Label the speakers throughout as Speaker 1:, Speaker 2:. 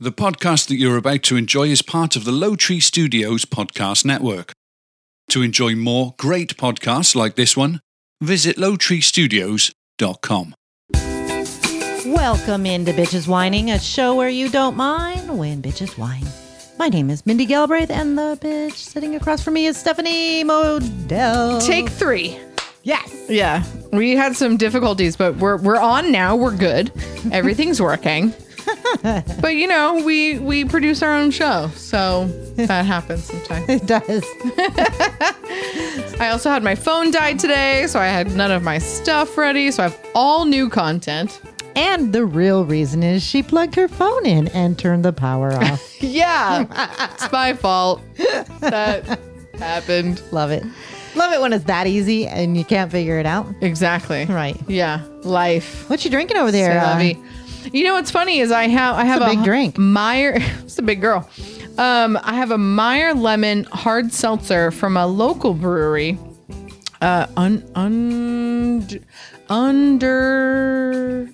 Speaker 1: The podcast that you're about to enjoy is part of the Low Tree Studios podcast network. To enjoy more great podcasts like this one, visit lowtreestudios.com.
Speaker 2: Welcome into Bitches Whining, a show where you don't mind when bitches whine. My name is Mindy Galbraith, and the bitch sitting across from me is Stephanie Modell.
Speaker 3: Take three.
Speaker 2: yes.
Speaker 3: Oh. Yeah, we had some difficulties, but we're we're on now. We're good. Everything's working. but you know, we we produce our own show, so that happens sometimes.
Speaker 2: It does.
Speaker 3: I also had my phone died today, so I had none of my stuff ready. So I have all new content.
Speaker 2: And the real reason is she plugged her phone in and turned the power off.
Speaker 3: Yeah, it's my fault. That happened.
Speaker 2: Love it. Love it when it's that easy and you can't figure it out.
Speaker 3: Exactly.
Speaker 2: Right.
Speaker 3: Yeah. Life.
Speaker 2: What you drinking over there?
Speaker 3: So
Speaker 2: uh,
Speaker 3: lovey. you know what's funny is I have I have
Speaker 2: a big drink.
Speaker 3: Meyer, it's a big girl. Um, I have a Meyer lemon hard seltzer from a local brewery. Uh, un, un under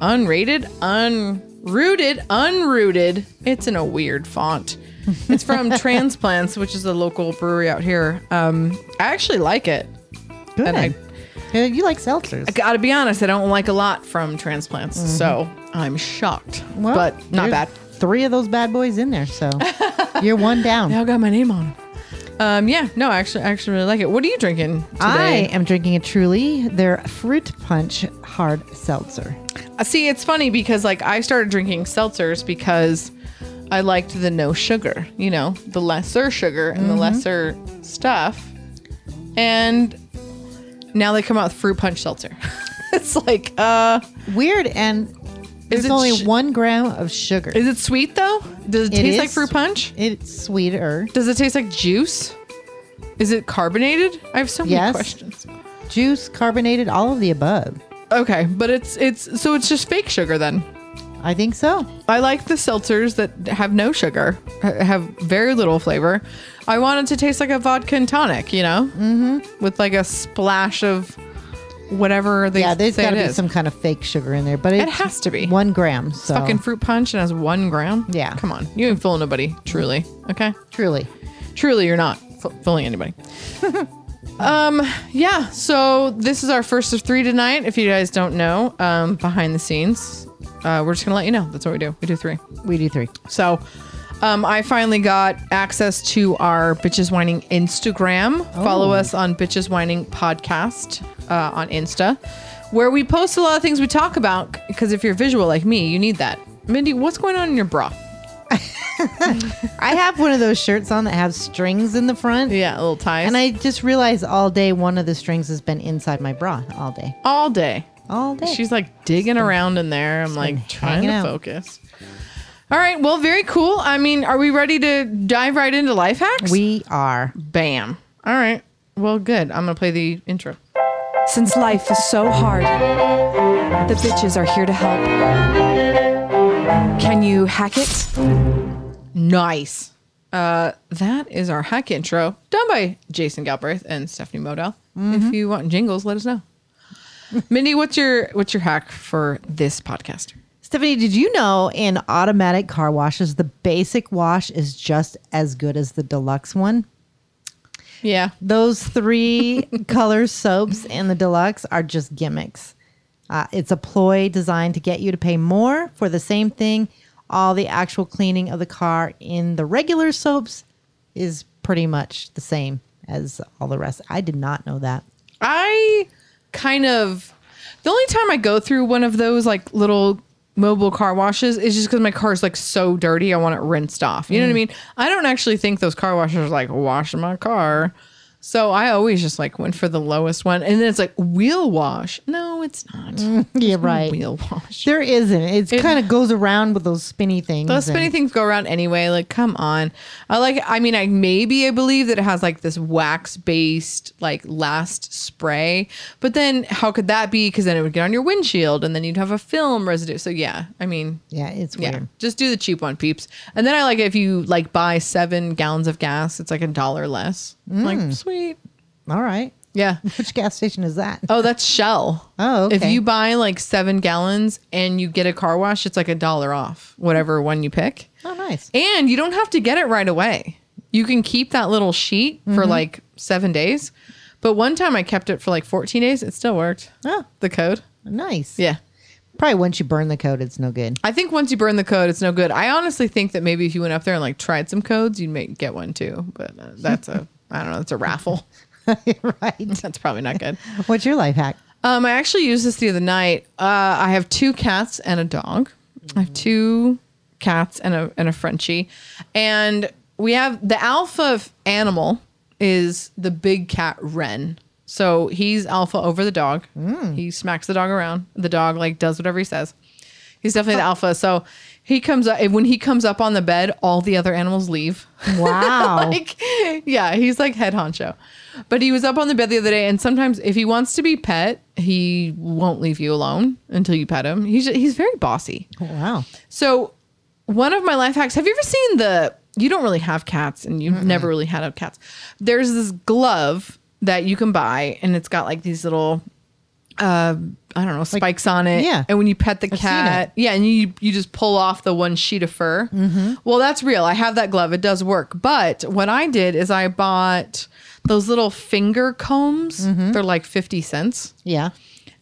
Speaker 3: unrated unrooted unrooted. It's in a weird font. It's from Transplants, which is a local brewery out here. Um, I actually like it.
Speaker 2: good.
Speaker 3: and I-
Speaker 2: Yeah, you like seltzers.
Speaker 3: I gotta be honest, I don't like a lot from transplants, so I'm shocked.
Speaker 2: Mm-hmm. Well,
Speaker 3: but not
Speaker 2: there's
Speaker 3: bad.
Speaker 2: Three of those bad boys in there, so you're one down.
Speaker 3: Now got my name on. 'em. Um, yeah, no, I actually, I actually really like it. What are you drinking
Speaker 2: I
Speaker 3: today?
Speaker 2: am drinking a Truly, their fruit punch hard seltzer.
Speaker 3: Uh, See, it's funny because like I started drinking seltzers because I liked the no sugar, you know, the lesser sugar and the
Speaker 2: Mm-hmm.
Speaker 3: lesser stuff, and now they come out with fruit punch seltzer. it's like, uh,
Speaker 2: Weird, and there's
Speaker 3: it
Speaker 2: only
Speaker 3: sh-
Speaker 2: one gram of sugar.
Speaker 3: is it sweet though? Does it,
Speaker 2: It
Speaker 3: taste like
Speaker 2: is-
Speaker 3: fruit punch?
Speaker 2: It's sweeter.
Speaker 3: Does it taste like juice? Is it carbonated? I have so many
Speaker 2: Yes.
Speaker 3: questions.
Speaker 2: Juice, carbonated, all of the above.
Speaker 3: Okay, but it's it's so it's just fake sugar then.
Speaker 2: I think so.
Speaker 3: I like the seltzers that have no sugar, ha- have very little flavor. I want it to taste like a vodka and tonic, you know, mm-hmm. with like a splash of whatever they
Speaker 2: Yeah, there's
Speaker 3: say
Speaker 2: got to
Speaker 3: it
Speaker 2: be
Speaker 3: is.
Speaker 2: some kind of fake sugar in there, but it's
Speaker 3: has to be.
Speaker 2: one gram. So
Speaker 3: fucking fruit punch and has one gram.
Speaker 2: Yeah.
Speaker 3: come on, you ain't fooling nobody. Truly, okay.
Speaker 2: Truly,
Speaker 3: truly you're not f- fooling anybody um yeah so this is our first of three tonight if you guys don't know um behind the scenes uh we're just gonna let you know that's what we do we do three
Speaker 2: we do three.
Speaker 3: so um i finally got access to our bitches whining instagram follow us on bitches whining podcast uh, on insta where we post a lot of things we talk about because if you're visual like me you need that mindy what's going on in your bra
Speaker 2: I have one of those shirts on that have strings in the front,
Speaker 3: yeah little ties
Speaker 2: and I just realized all day one of the strings has been inside my bra all day,
Speaker 3: all day
Speaker 2: all day.
Speaker 3: She's like digging around in there. I'm
Speaker 2: been
Speaker 3: like trying
Speaker 2: hanging
Speaker 3: to
Speaker 2: out.
Speaker 3: focus. All right. Well, very cool. I mean, are we ready to dive right into life hacks?
Speaker 2: we are.
Speaker 3: bam. All right. Well, good. I'm gonna play the intro.
Speaker 4: Since life is so hard, the bitches are here to help. Can you hack it?
Speaker 3: Nice. Uh, that is our hack intro done by Jason Galbraith and Stephanie Modell.
Speaker 2: Mm-hmm.
Speaker 3: If you want jingles, let us know. Mindy, what's your what's your hack for this podcast?
Speaker 2: Stephanie, did you know in automatic car washes, the basic wash is just as good as the deluxe one?
Speaker 3: Yeah.
Speaker 2: Those three color soaps and the deluxe are just gimmicks. Uh, it's a ploy designed to get you to pay more for the same thing. All the actual cleaning of the car in the regular soaps is pretty much the same as all the rest. I did not know that.
Speaker 3: I kind of the only time I go through one of those like little mobile car washes is just because my car's like so dirty I want it rinsed off. You know what I mean? I don't actually think those car washers like wash my car. So I always just like went for the lowest one. And then it's like wheel wash. No, it's not.
Speaker 2: Yeah, right.
Speaker 3: wheel wash.
Speaker 2: There isn't. It's kind of goes around with those spinny things.
Speaker 3: Those spinny
Speaker 2: and-
Speaker 3: things go around anyway. Like, come on. I like. I mean, I maybe I believe that it has like this wax based like last spray, but then how could that be? Because then it would get on your windshield, and then you'd have a film residue. So yeah, I mean,
Speaker 2: Yeah, it's
Speaker 3: yeah,
Speaker 2: weird.
Speaker 3: just do the cheap one, peeps. And then I like if you
Speaker 2: Mm.
Speaker 3: like buy seven gallons of gas, it's like a dollar less. I'm Like sweet.
Speaker 2: All right.
Speaker 3: Yeah.
Speaker 2: Which gas station is that?
Speaker 3: Oh, that's Shell.
Speaker 2: Oh, okay.
Speaker 3: If you buy like seven gallons and you get a car wash, it's like a dollar off whatever one you pick.
Speaker 2: Oh, nice.
Speaker 3: And you don't have to get it right away. You can keep that little sheet for like seven days. But one time I kept it for like 14 days. It still worked.
Speaker 2: Oh,
Speaker 3: The code.
Speaker 2: nice.
Speaker 3: Yeah.
Speaker 2: Probably once you burn the code, it's no good.
Speaker 3: I think once you burn the code, it's no good. I honestly think that maybe if you went up there and like tried some codes, you'd make, get one too. But uh, that's a, I don't know, that's a raffle.
Speaker 2: right.
Speaker 3: That's probably not good.
Speaker 2: What's your life hack?
Speaker 3: Um, I actually used this the other night. Uh, I have two cats and a dog. I have two cats and a and a Frenchie, and we have the alpha f- animal is the big cat Wren. So he's alpha over the dog. He smacks the dog around. The dog like does whatever he says. He's definitely the alpha. So he comes up when he comes up on the bed, all the other animals leave
Speaker 2: Wow.
Speaker 3: like yeah he's like head honcho but he was up on the bed the other day and sometimes if he wants to be pet he won't leave you alone until you pet him he's he's very bossy
Speaker 2: wow.
Speaker 3: so one of my life hacks have you ever seen the you don't really have cats and you've never really had cats there's this glove that you can buy and it's got like these little uh, I don't know spikes on it.
Speaker 2: yeah.
Speaker 3: and when you pet the
Speaker 2: seen
Speaker 3: cat, yeah, and you you just pull off the one sheet of fur.
Speaker 2: Mm-hmm.
Speaker 3: Well, that's real. I have that glove. It does work. But what I did is I bought those little finger combs.
Speaker 2: Mm-hmm.
Speaker 3: They're like fifty cents.
Speaker 2: Yeah.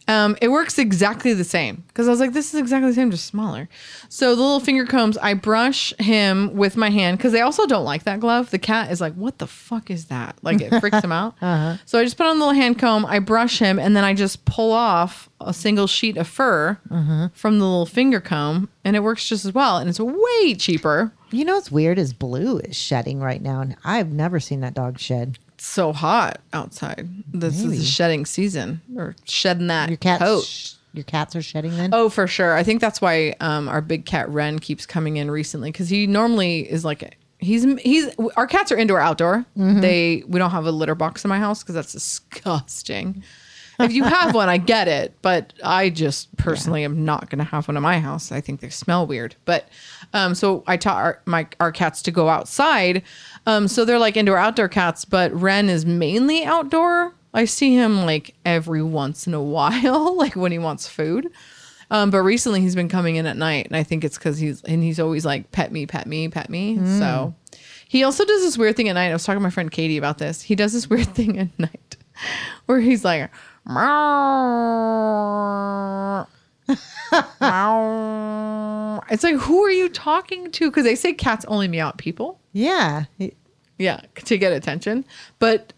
Speaker 3: Um, it works exactly the same because I was like, this is exactly the same, just smaller. So the little finger combs, I brush him with my hand because they also don't like that glove. The cat is like, what the fuck is that? Like it freaks him out.
Speaker 2: Uh-huh.
Speaker 3: So I just put on the little hand comb, I brush him, and then I just pull off a single sheet of fur
Speaker 2: Mm-hmm.
Speaker 3: from the little finger comb, and it works just as well. And it's way cheaper.
Speaker 2: You know what's weird is Blue is shedding right now, and I've never seen that dog shed.
Speaker 3: It's so hot outside. This is the shedding season or shedding that
Speaker 2: Your cats,
Speaker 3: coat.
Speaker 2: sh- your cats are shedding then.
Speaker 3: Oh, for sure. I think that's why um, our big cat Ren keeps coming in recently because he normally is like he's he's our cats are indoor outdoor. They we don't have a litter box in my house because that's disgusting. If you have one, I get it, but I just personally am not going to have one in my house. I think they smell weird. But um, so I taught our, my our cats to go outside. Um, so they're like indoor outdoor cats, but Ren is mainly outdoor. I see him like every once in a while, like when he wants food. Um, but recently he's been coming in at night, and I think it's because he's and he's always like pet me, pet me, pet me. So he also does this weird thing at night. I was talking to my friend Katie about this. He does this weird thing at night where he's like, meow, meow. It's like who are you talking to? Because they say cats only meow at people,
Speaker 2: yeah.
Speaker 3: yeah, to get attention, but.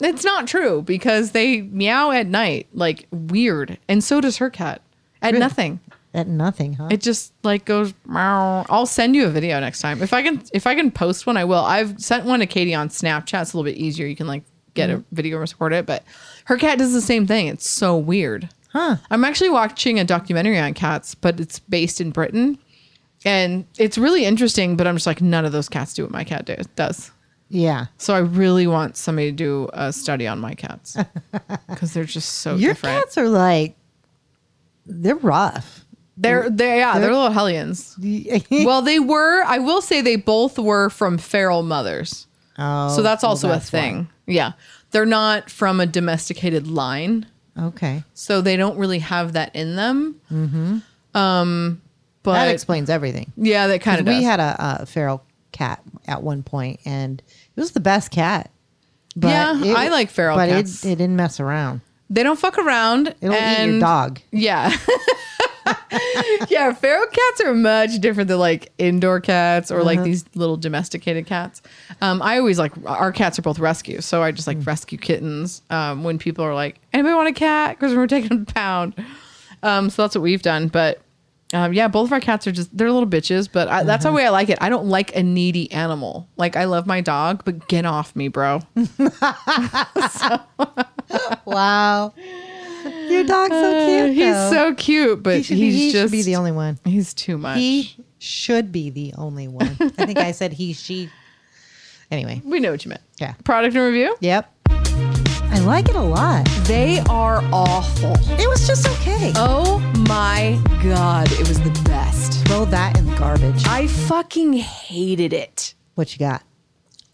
Speaker 3: It's not true because they meow at night like weird, and so does her cat at nothing.
Speaker 2: At nothing, huh?
Speaker 3: It just like goes. meow. I'll send you a video next time if I can. If I can post one, I will. I've sent one to Katie on Snapchat. It's a little bit easier. You can like get
Speaker 2: Mm-hmm.
Speaker 3: a video and record it. But her cat does the same thing. It's so weird.
Speaker 2: Huh.
Speaker 3: I'm actually watching a documentary on cats, but it's based in Britain, and it's really interesting. But I'm just like none of those cats do what my cat do, does.
Speaker 2: yeah.
Speaker 3: So I really want somebody to do a study on my cats because they're just so
Speaker 2: Your
Speaker 3: Oh, different.
Speaker 2: cats are like, they're rough.
Speaker 3: they're they yeah they're little hellions.
Speaker 2: well,
Speaker 3: well, they were. I will say they both were from feral mothers.
Speaker 2: oh,
Speaker 3: so that's
Speaker 2: well,
Speaker 3: also
Speaker 2: that's
Speaker 3: a
Speaker 2: why.
Speaker 3: thing. Yeah. They're not from a domesticated line.
Speaker 2: Okay.
Speaker 3: So they don't really have that in them. Mm-hmm. Um, but
Speaker 2: that explains everything.
Speaker 3: yeah, that kind of does.
Speaker 2: We had a, a feral cat at one point, and it was the best cat. But
Speaker 3: Yeah,
Speaker 2: it-
Speaker 3: I like feral
Speaker 2: but
Speaker 3: cats.
Speaker 2: It, it didn't mess around.
Speaker 3: they don't fuck around.
Speaker 2: It'll eat your
Speaker 3: and-
Speaker 2: dog.
Speaker 3: Yeah. yeah, feral cats are much different than like indoor cats or
Speaker 2: Mm-hmm.
Speaker 3: like these little domesticated cats. Um, I always like our cats are both rescues, so I just
Speaker 2: Mm.
Speaker 3: like rescue kittens um, when people are like, anybody want a cat? Because we're taking them to pound. Um, so that's what we've done. But um, yeah, both of our cats are just they're little bitches, but I,
Speaker 2: Mm-hmm.
Speaker 3: that's the way I like it. I don't like a needy animal. Like I love my dog, but get off me, bro.
Speaker 2: Wow, your dog's so cute.
Speaker 3: Uh, he's
Speaker 2: though.
Speaker 3: so cute, but
Speaker 2: He should,
Speaker 3: he's
Speaker 2: be, he
Speaker 3: just
Speaker 2: should be the only one.
Speaker 3: He's too much.
Speaker 2: He should be the only one. I think I said he, she. Anyway,
Speaker 3: We know what you meant.
Speaker 2: Yeah.
Speaker 3: Product and review?
Speaker 2: yep. I like it a lot.
Speaker 3: They are awful.
Speaker 2: It was just okay.
Speaker 3: Oh my God. It was the best.
Speaker 2: Throw that in the garbage.
Speaker 3: I fucking hated it.
Speaker 2: What you got?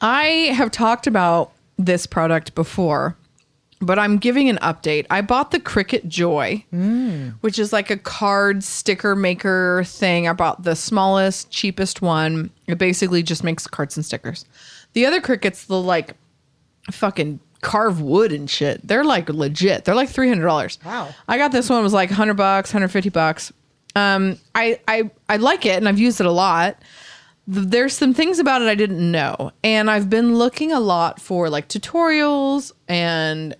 Speaker 3: I have talked about this product before but I'm giving an update. I bought the Cricut Joy, which is like a card sticker maker thing. I bought the smallest, cheapest one. It basically just makes cards and stickers. The other Cricut's the like fucking carve wood and shit. They're like legit. They're like three hundred dollars.
Speaker 2: Wow.
Speaker 3: I got this one it was like hundred bucks, hundred fifty bucks. Um, I I I like it and I've used it a lot. Th- There's some things about it I didn't know, and I've been looking a lot for like tutorials and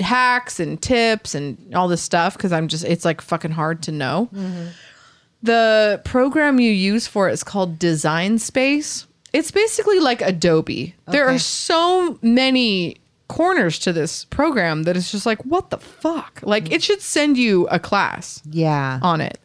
Speaker 3: hacks and tips and all this stuff because I'm just it's like fucking hard to know. The program you use for it is called Design Space. It's basically like Adobe. There are so many corners to this program that it's just like what the fuck? Like it should send you a class
Speaker 2: Yeah.
Speaker 3: on it.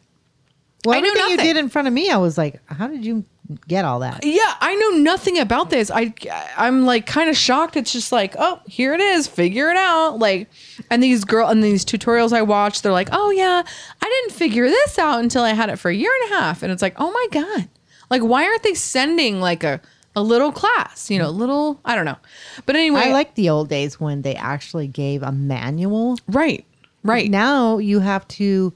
Speaker 2: Well,
Speaker 3: I knew
Speaker 2: everything you
Speaker 3: nothing.
Speaker 2: did in front of me, I was like, how did you get all that?
Speaker 3: Yeah, I know nothing about this. I I'm like kind of shocked. It's just like, oh, here it is. Figure it out. Like, and these girl and these tutorials I watch, they're like, oh yeah, I didn't figure this out until I had it for a year and a half. And it's like, oh my god, like why aren't they sending like a a little class? You know, little I don't know. But anyway,
Speaker 2: I like the old days when they actually gave a manual.
Speaker 3: right, right.
Speaker 2: Now you have to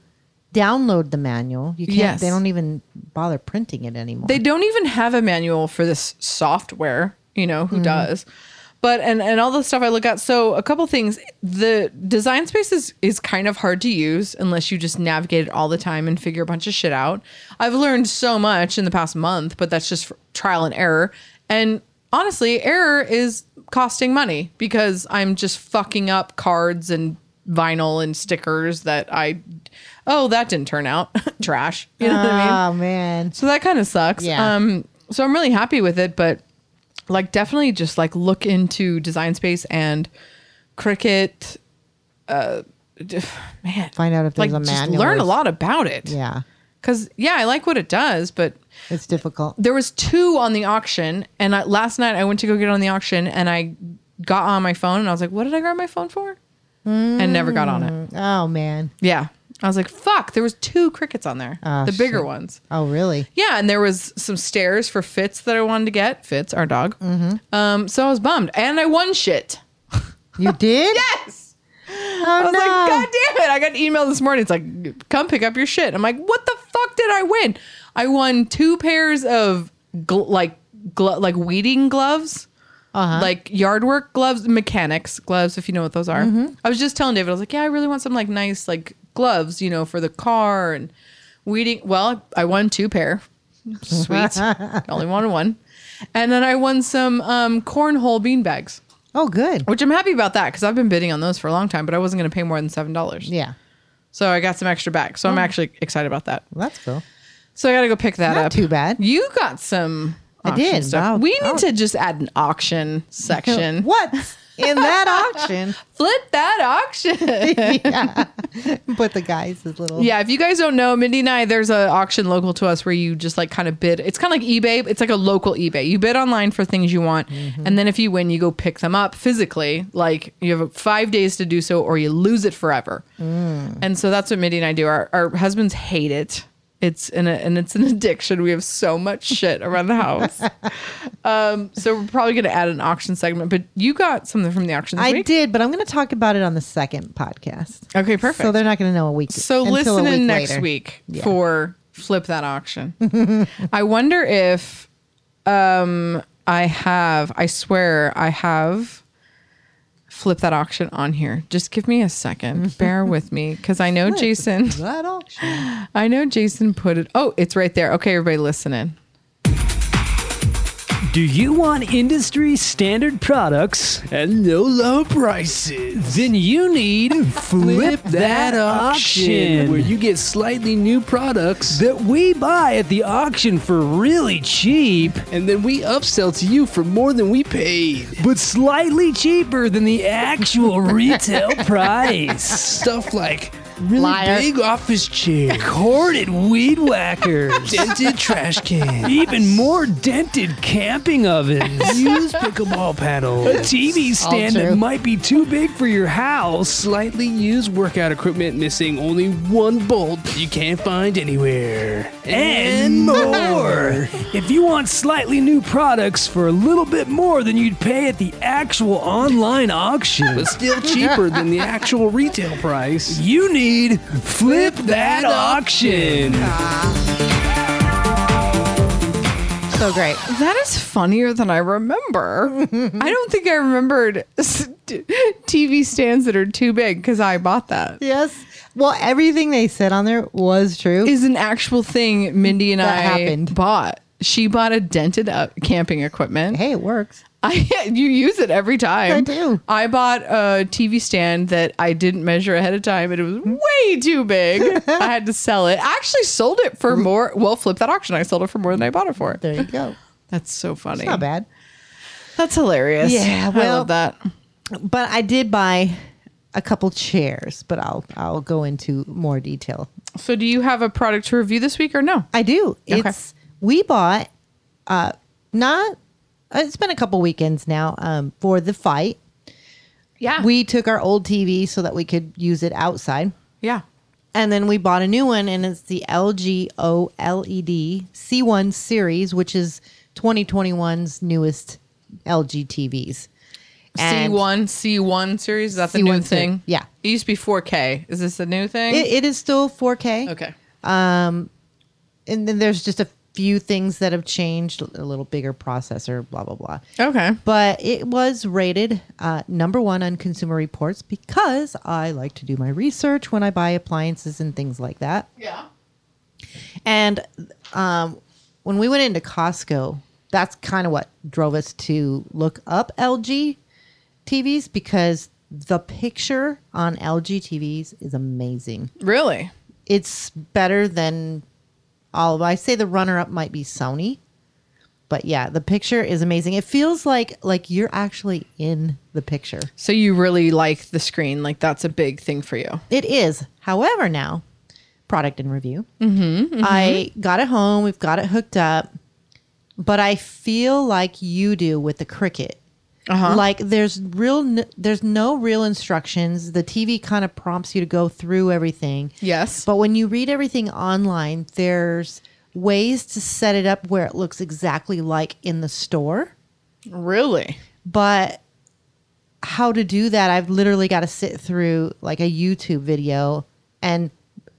Speaker 2: download the manual. You can't
Speaker 3: Yes.
Speaker 2: they don't even bother printing it anymore.
Speaker 3: they don't even have a manual for this software you know who does but and and all the stuff i look at so a couple things the design space is is kind of hard to use unless you just navigate it all the time and figure a bunch of shit out i've learned so much in the past month but that's just trial and error and honestly error is costing money because i'm just fucking up cards and vinyl and stickers that i oh that didn't turn out trash you know what i mean
Speaker 2: oh man.
Speaker 3: so that kind of sucks.
Speaker 2: Yeah.
Speaker 3: Um, so I'm really happy with it, but like definitely just like look into design space and Cricut. Uh, d- man,
Speaker 2: Find out if there's
Speaker 3: like
Speaker 2: a
Speaker 3: just
Speaker 2: manual.
Speaker 3: learn a
Speaker 2: or-
Speaker 3: lot about it.
Speaker 2: Yeah.
Speaker 3: Cause yeah, I like what it does, but
Speaker 2: It's difficult.
Speaker 3: there was two on the auction and I, last night i went to go get on the auction and i got on my phone and i was like what did i grab my phone for and never got on it
Speaker 2: Oh man.
Speaker 3: yeah i was like fuck there was two crickets on there
Speaker 2: Ah,
Speaker 3: the bigger
Speaker 2: shit.
Speaker 3: ones
Speaker 2: Oh really?
Speaker 3: yeah, and there was some stairs for Fitz that I wanted to get. Fitz, our dog. Um, so I was bummed, and I won shit.
Speaker 2: You did?
Speaker 3: Yes,
Speaker 2: Oh
Speaker 3: I was
Speaker 2: no.
Speaker 3: like, God damn it! I got an email this morning. It's like, come pick up your shit. I'm like, what the fuck did I win? I won two pairs of gl- like glo- like weeding gloves,
Speaker 2: Uh-huh.
Speaker 3: like yard work gloves, mechanics gloves, if you know what those are.
Speaker 2: Mm-hmm.
Speaker 3: I was just telling David, I was like, yeah, I really want some like nice like gloves, you know, for the car and weeding. Well, I won two pair. Sweet. I only wanted one. And then I won some um, cornhole bean bags,
Speaker 2: oh good.
Speaker 3: which I'm happy about that because I've been bidding on those for a long time, but I wasn't going to pay more than $7.
Speaker 2: Yeah. Mm.
Speaker 3: So I got some extra back. So I'm actually excited about that.
Speaker 2: Well, that's cool.
Speaker 3: So I got to go pick that
Speaker 2: Not
Speaker 3: up.
Speaker 2: too bad.
Speaker 3: You got some.
Speaker 2: I
Speaker 3: auction
Speaker 2: did.
Speaker 3: Stuff.
Speaker 2: Wow.
Speaker 3: We need
Speaker 2: Oh.
Speaker 3: to just add an auction section.
Speaker 2: What's in that auction?
Speaker 3: Flip that auction.
Speaker 2: But the guys is little
Speaker 3: yeah, if you guys don't know, Mindy and I, there's an auction local to us where you just like kind of bid. It's kind of like eBay. It's like a local eBay. You bid online for things you want, and then if you win, you go pick them up physically. Like you have five days to do so, or you lose it forever. And so that's what Mindy and I do. Our, our husbands hate it. It's an and it's an addiction. We have so much shit around the house. um, so we're probably gonna add an auction segment. But you got something from the auction this
Speaker 2: I
Speaker 3: week.
Speaker 2: did, but I'm going to talk about it on the second podcast.
Speaker 3: Okay, perfect.
Speaker 2: So they're not going to know a week.
Speaker 3: So
Speaker 2: until a
Speaker 3: listen in
Speaker 2: week
Speaker 3: next
Speaker 2: later.
Speaker 3: week
Speaker 2: Yeah.
Speaker 3: for flip that auction. I wonder if um I have I swear I have flip that auction on here. Just give me a second. Bear with me cuz I know Jason
Speaker 2: That auction.
Speaker 3: I know Jason put it. Oh, it's right there. Okay, everybody listen in.
Speaker 5: Do you want industry standard products at no low prices? Then you need Flip That Auction, where you get slightly new products that we buy at the auction for really cheap, and then we upsell to you for more than we paid, but slightly cheaper than the actual retail price. Stuff like really
Speaker 2: Liar.
Speaker 5: big office chair, corded weed whackers, dented trash cans, even more dented camping ovens, used pickleball paddles, a TV stand
Speaker 2: true.
Speaker 5: that might be too big for your house, slightly used workout equipment missing only one bolt that you can't find anywhere, and more. If you want slightly new products for a little bit more than you'd pay at the actual online auction,
Speaker 6: but still cheaper than the actual retail price.
Speaker 5: you need Flip That Auction.
Speaker 2: So great.
Speaker 3: That is funnier than I remember. I don't think I remembered s- t- TV stands that are too big because I bought that.
Speaker 2: Yes. Well, everything they said on there was true.
Speaker 3: Is an actual thing Mindy and
Speaker 2: That
Speaker 3: I
Speaker 2: happened.
Speaker 3: bought. She bought a dented up camping equipment.
Speaker 2: hey, it works.
Speaker 3: I you use it every time.
Speaker 2: I do.
Speaker 3: I bought a TV stand that I didn't measure ahead of time, and it was way too big. I had to sell it. I actually sold it for more. Well, flip that auction. I sold it for more than I bought it for.
Speaker 2: There you go.
Speaker 3: That's so funny.
Speaker 2: Not bad.
Speaker 3: That's hilarious.
Speaker 2: Yeah,
Speaker 3: I
Speaker 2: well-
Speaker 3: love that.
Speaker 2: But I did buy a couple chairs, but I'll I'll go into more detail.
Speaker 3: So, do you have a product to review this week or no?
Speaker 2: I do.
Speaker 3: Okay.
Speaker 2: It's we bought uh not it's been a couple weekends now um for the fight.
Speaker 3: Yeah, we
Speaker 2: We took our old TV so that we could use it outside.
Speaker 3: yeah.
Speaker 2: And then we bought a new one, and it's the LG OLED C1 series, which is 2021's newest LG TVs.
Speaker 3: C
Speaker 2: And
Speaker 3: one C one series. Is that the new
Speaker 2: C1 series,
Speaker 3: thing?
Speaker 2: yeah.
Speaker 3: It used to be four K. Is this a new thing?
Speaker 2: It, it is still 4K.
Speaker 3: okay.
Speaker 2: And then there's just a few things that have changed a little bigger processor, blah, blah, blah.
Speaker 3: Okay.
Speaker 2: But it was rated uh, number one on Consumer Reports because I like to do my research when I buy appliances and things like that.
Speaker 3: Yeah.
Speaker 2: And um, when we went into Costco, that's kind of what drove us to look up LG TVs because the picture on LG TVs is amazing.
Speaker 3: Really?
Speaker 2: It's better than all of I say the runner up might be Sony. But yeah, the picture is amazing. It feels like like you're actually in the picture.
Speaker 3: So you really like the screen? Like that's a big thing for you?
Speaker 2: It is. However, now, product and review. Mm-hmm, I got it home. We've got it hooked up. But I feel like you do with the Cricket. Like there's real, n- there's no real instructions. The TV kind of prompts you to go through everything.
Speaker 3: Yes.
Speaker 2: But when you read everything online, there's ways to set it up where it looks exactly like in the store
Speaker 3: Really?
Speaker 2: but how to do that i've literally got to sit through like a youtube video and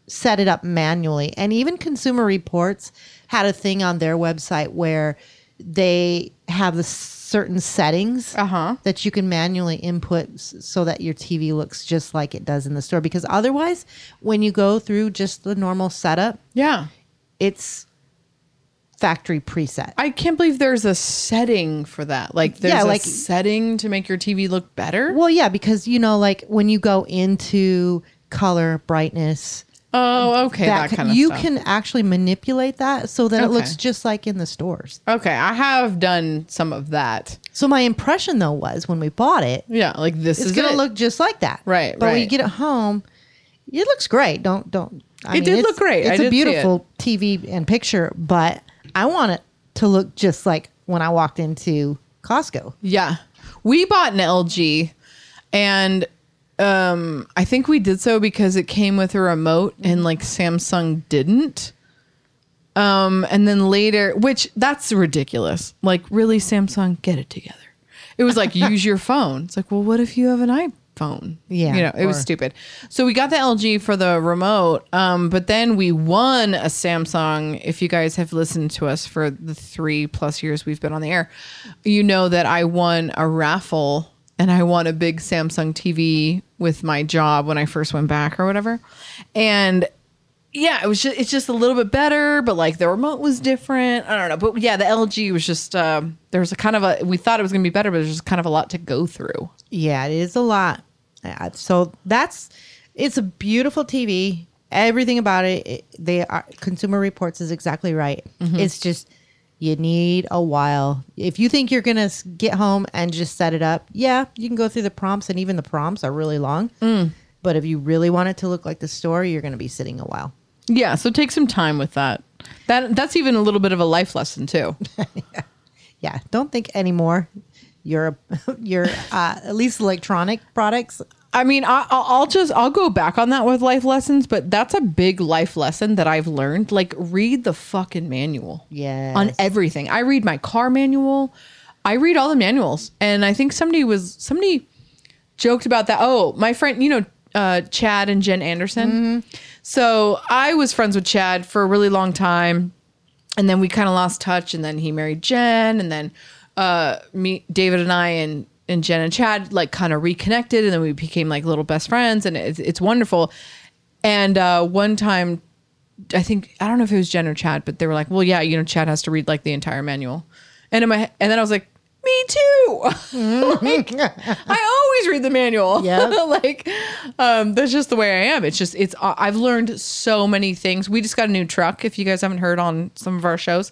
Speaker 2: set it up manually and even consumer reports had a thing on their website where they have the certain settings
Speaker 3: Uh-huh.
Speaker 2: that you can manually input s- so that your tv looks just like it does in the store because otherwise when you go through just the normal setup
Speaker 3: Yeah.
Speaker 2: it's factory preset
Speaker 3: I can't believe there's a setting for that. Like there's
Speaker 2: Yeah,
Speaker 3: a
Speaker 2: like-
Speaker 3: setting to make your TV look better.
Speaker 2: Well, yeah, because you know, like when you go into color, brightness,
Speaker 3: Oh, okay. That,
Speaker 2: ca-
Speaker 3: kind of
Speaker 2: you
Speaker 3: stuff.
Speaker 2: can actually manipulate that so that it
Speaker 3: Okay.
Speaker 2: looks just like in the stores.
Speaker 3: Okay, I have done some of that.
Speaker 2: So my impression though was when we bought it,
Speaker 3: Yeah, like this
Speaker 2: it's
Speaker 3: is
Speaker 2: gonna
Speaker 3: it.
Speaker 2: look just like that,
Speaker 3: Right,
Speaker 2: But when you
Speaker 3: right.
Speaker 2: get it home, it looks great. Don't don't. I
Speaker 3: It did
Speaker 2: it's-
Speaker 3: look great.
Speaker 2: It's a
Speaker 3: I did see it.
Speaker 2: beautiful TV and picture, but I want it to look just like when I walked into Costco.
Speaker 3: Yeah. We bought an LG and um I think we did so because it came with a remote
Speaker 2: Mm-hmm.
Speaker 3: and like Samsung didn't. Um and then later, which that's ridiculous. Like really Samsung get it together. It was like use your phone. It's like, well, what if you have an iPhone?
Speaker 2: Yeah,
Speaker 3: You know, it was
Speaker 2: or-
Speaker 3: stupid. So we got the LG for the remote, um, but then we won a Samsung. If you guys have listened to us for the three plus years we've been on the air, you know that I won a raffle and I won a big Samsung TV with my job when I first went back or whatever. And yeah, it was just, it's just a little bit better, but like the remote was different. I don't know, but yeah, the LG was just um, there was a kind of a we thought it was gonna be better, but there's just kind of a lot to go through.
Speaker 2: Yeah, it is a lot. Uh, So that's it's a beautiful TV. Everything about it, it- they are Consumer Reports is exactly right. It's just you need a while. If you think you're gonna s- get home and just set it up, yeah, you can go through the prompts, and even the prompts are really long. But if you really want it to look like the store, you're gonna be sitting a while.
Speaker 3: Yeah, so take some time with that. That that's even a little bit of a life lesson too.
Speaker 2: Yeah, don't think anymore. Your your uh, at least electronic products
Speaker 3: I mean, I, I'll I'll just I'll go back on that with life lessons, but that's a big life lesson that I've learned. Like, read the fucking manual.
Speaker 2: Yes.
Speaker 3: On everything, I read my car manual. I read all the manuals, and I think somebody was somebody joked about that. Oh, my friend, you know, uh, Chad and Jen Anderson. So I was friends with Chad for a really long time, and then we kind of lost touch. And then he married Jen, and then uh, me, David, and I, and and Jen and Chad like kind of reconnected, and then we became like little best friends, and it's, it's wonderful. And uh, one time, I think I don't know if it was Jen or Chad, but they were like, "Well, yeah, you know, Chad has to read like the entire manual," and in my he- and then I was like. Me too. Like, I always read the manual.
Speaker 2: Yep.
Speaker 3: like um, that's just the way I am. It's just it's I've learned so many things. We just got a new truck. If you guys haven't heard on some of our shows,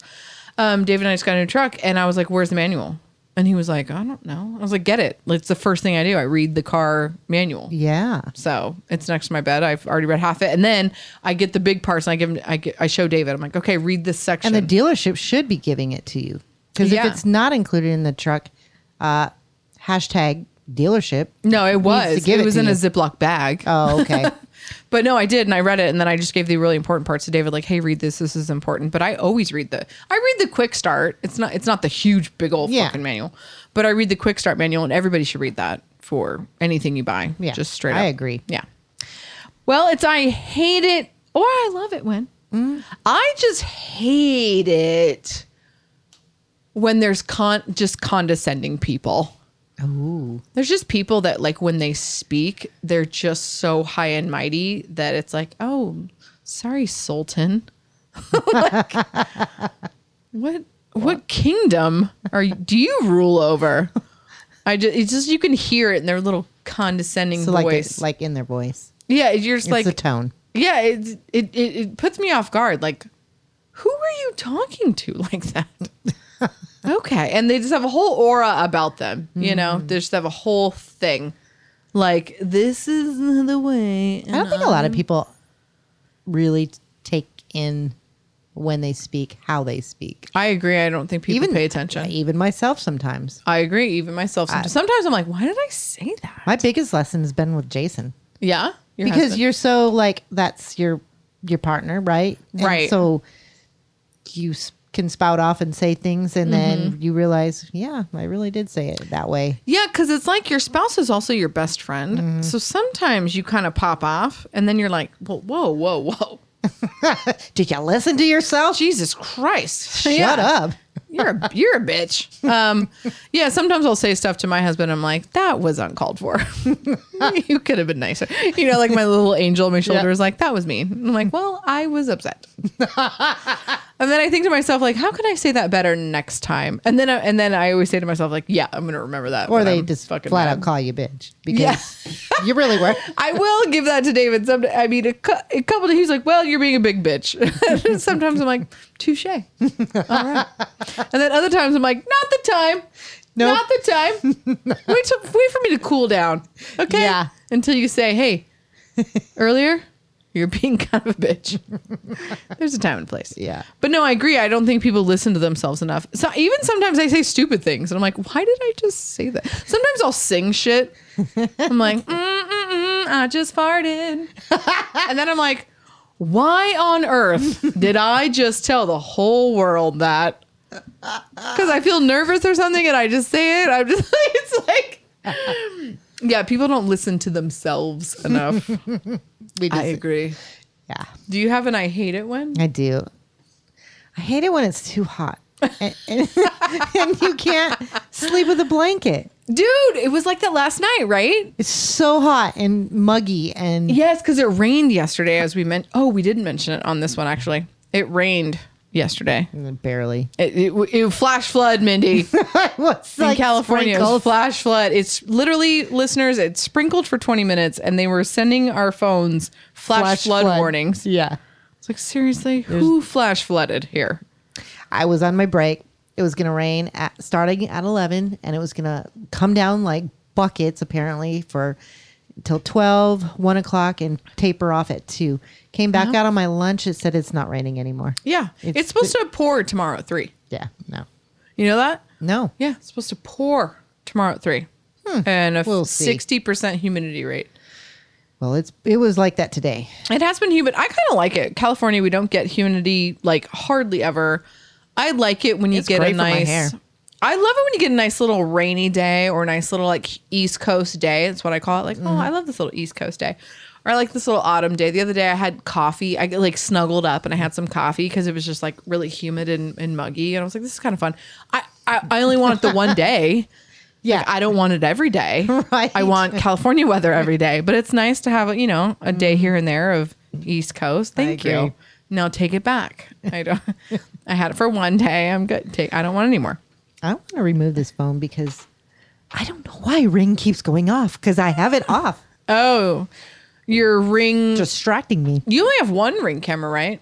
Speaker 3: um, David and I just got a new truck, and I was like, "Where's the manual?" And he was like, "I don't know." I was like, "Get it. It's the first thing I do. I read the car manual."
Speaker 2: yeah.
Speaker 3: So it's next to my bed. I've already read half it, and then I get the big parts. And I give him. I get, I show David. I'm like, "Okay, read this section."
Speaker 2: And the dealership should be giving it to you because
Speaker 3: Yeah.
Speaker 2: if it's not included in the truck, uh, hashtag dealership.
Speaker 3: no, it
Speaker 2: needs to
Speaker 3: was.
Speaker 2: give
Speaker 3: It was
Speaker 2: to
Speaker 3: in
Speaker 2: you.
Speaker 3: a Ziploc bag.
Speaker 2: Oh, okay.
Speaker 3: But no, I did, and I read it, and then I just gave the really important parts to David, like, "Hey, read this. This is important." But I always read the, I read the quick start. It's not, it's not the huge, big old
Speaker 2: Yeah.
Speaker 3: fucking manual, but I read the quick start manual, and everybody should read that for anything you buy.
Speaker 2: Yeah,
Speaker 3: just straight.
Speaker 2: I
Speaker 3: up.
Speaker 2: agree.
Speaker 3: Yeah. Well, it's I hate it or I love it when
Speaker 2: Mm.
Speaker 3: I just hate it when there's con just condescending people. There's just people that like when they speak, they're just so high and mighty that it's like, oh, sorry, Sultan. Like, what what kingdom are you, do you rule over? I just it's just you can hear it in their little condescending
Speaker 2: so like,
Speaker 3: voice.
Speaker 2: it- like in their voice,
Speaker 3: yeah, you're just
Speaker 2: it's
Speaker 3: like
Speaker 2: the tone.
Speaker 3: yeah, it, it it it puts me off guard. Like, who were you talking to like that? okay, and they just have a whole aura about them. You know, they just have a whole thing. Like this is the way.
Speaker 2: I don't think a lot
Speaker 3: Um,
Speaker 2: of people really take in when they speak how they speak.
Speaker 3: I agree. I don't think people
Speaker 2: Even-
Speaker 3: pay attention.
Speaker 2: Even myself sometimes.
Speaker 3: I agree. Even myself. Sometimes, sometimes I'm like, why did I say that?
Speaker 2: My biggest lesson has been with Jason.
Speaker 3: yeah, your
Speaker 2: because
Speaker 3: husband.
Speaker 2: you're so like that's your your partner right And
Speaker 3: Right.
Speaker 2: so you s- can spout off and say things and
Speaker 3: Mm-hmm.
Speaker 2: then you realize yeah i really did say it that way
Speaker 3: Yeah, because it's like your spouse is also your best friend. So sometimes you kind of pop off, and then you're like, whoa, whoa, whoa, whoa.
Speaker 2: did you listen to yourself
Speaker 3: Jesus Christ.
Speaker 2: shut up
Speaker 3: you're a, you're a bitch. Um, yeah, sometimes I'll say stuff to my husband. I'm like, that was uncalled for. you could have been nicer. You know, like my little angel on my shoulder is like, that was mean. And I'm like, well, I was upset. and then I think to myself, like, how can I say that better next time? And then I, and then I always say to myself, like, yeah, I'm gonna remember that.
Speaker 2: or
Speaker 3: when
Speaker 2: they
Speaker 3: I'm
Speaker 2: just flat out
Speaker 3: mad.
Speaker 2: call you bitch because you really were
Speaker 3: I will give that to David. Some, I mean, a, cou- a couple. Of, he's like, "Well, you're being a big bitch." Sometimes I'm like, "Touche." All right. And then other times I'm like, "Not the time.
Speaker 2: Nope.
Speaker 3: Not the time. Wait, till, wait for me to cool down, okay?
Speaker 2: Yeah.
Speaker 3: Until you say, "Hey, earlier." You're being kind of a bitch. There's a time and place.
Speaker 2: Yeah.
Speaker 3: But no, I agree. I don't think people listen to themselves enough. So even sometimes I say stupid things and I'm like, why did I just say that? Sometimes I'll sing shit. I'm like, Mm-mm-mm, I just farted. and then I'm like, why on earth did I just tell the whole world that? Because I feel nervous or something and I just say it. I'm just like, it's like, yeah, people don't listen to themselves enough.
Speaker 2: we just,
Speaker 3: I agree.
Speaker 2: yeah
Speaker 3: Do you have an I hate it one?
Speaker 2: i do i hate it when it's too hot and, and- and you can't sleep with a blanket
Speaker 3: Dude, it was like that last night, right?
Speaker 2: it's so hot and muggy and
Speaker 3: Yes, because it rained yesterday, as we meant. Oh, we didn't mention it on this one, actually. It rained yesterday.
Speaker 2: barely
Speaker 3: It, it, it flash flood, Mindy.
Speaker 2: What's
Speaker 3: in California. It was flash flood. It's literally listeners. It sprinkled for 20 minutes, and they were sending our phones flash, flood, warnings.
Speaker 2: Yeah.
Speaker 3: It's like seriously, who flash flooded here?
Speaker 2: I was on my break. It was going to rain at, starting at 11 and it was going to come down like buckets apparently for till 12, 1 o'clock and taper off at 2. Came back out on my lunch. It said it's not raining anymore.
Speaker 3: Yeah, it's,
Speaker 2: It's-
Speaker 3: supposed to pour tomorrow at three.
Speaker 2: Yeah. No.
Speaker 3: You know that?
Speaker 2: No.
Speaker 3: Yeah, it's supposed to pour tomorrow at three. and a
Speaker 2: We'll see.
Speaker 3: 60% humidity rate.
Speaker 2: Well, it's it was like that today.
Speaker 3: It has been humid. I kind of like it. California, we don't get humidity like hardly ever. I like it when you
Speaker 2: It's
Speaker 3: get
Speaker 2: great
Speaker 3: a
Speaker 2: for my
Speaker 3: nice.
Speaker 2: hair.
Speaker 3: I love it when you get a nice little rainy day or a nice little like East Coast day. That's what I call it. Like, oh,
Speaker 2: Mm-hmm.
Speaker 3: I love this little East Coast day. Or I like this little autumn day. The other day I had coffee. I like snuggled up and I had some coffee because it was just like really humid and, and muggy. And I was like, this is kind of fun. I, I, I only want it the one day.
Speaker 2: Yeah,
Speaker 3: I don't want it every day.
Speaker 2: Right.
Speaker 3: I want California weather every day, but it's nice to have, you know, a day here and there of East Coast. Thank
Speaker 2: Mm-hmm. agree.
Speaker 3: you. Now take it back. I don't I had it for one day. I'm good. Take I don't want any more.
Speaker 2: I want to remove this phone because I don't know why Ring keeps going off because I have it off,
Speaker 3: Oh. Your ring
Speaker 2: distracting me.
Speaker 3: you only have one ring camera, right?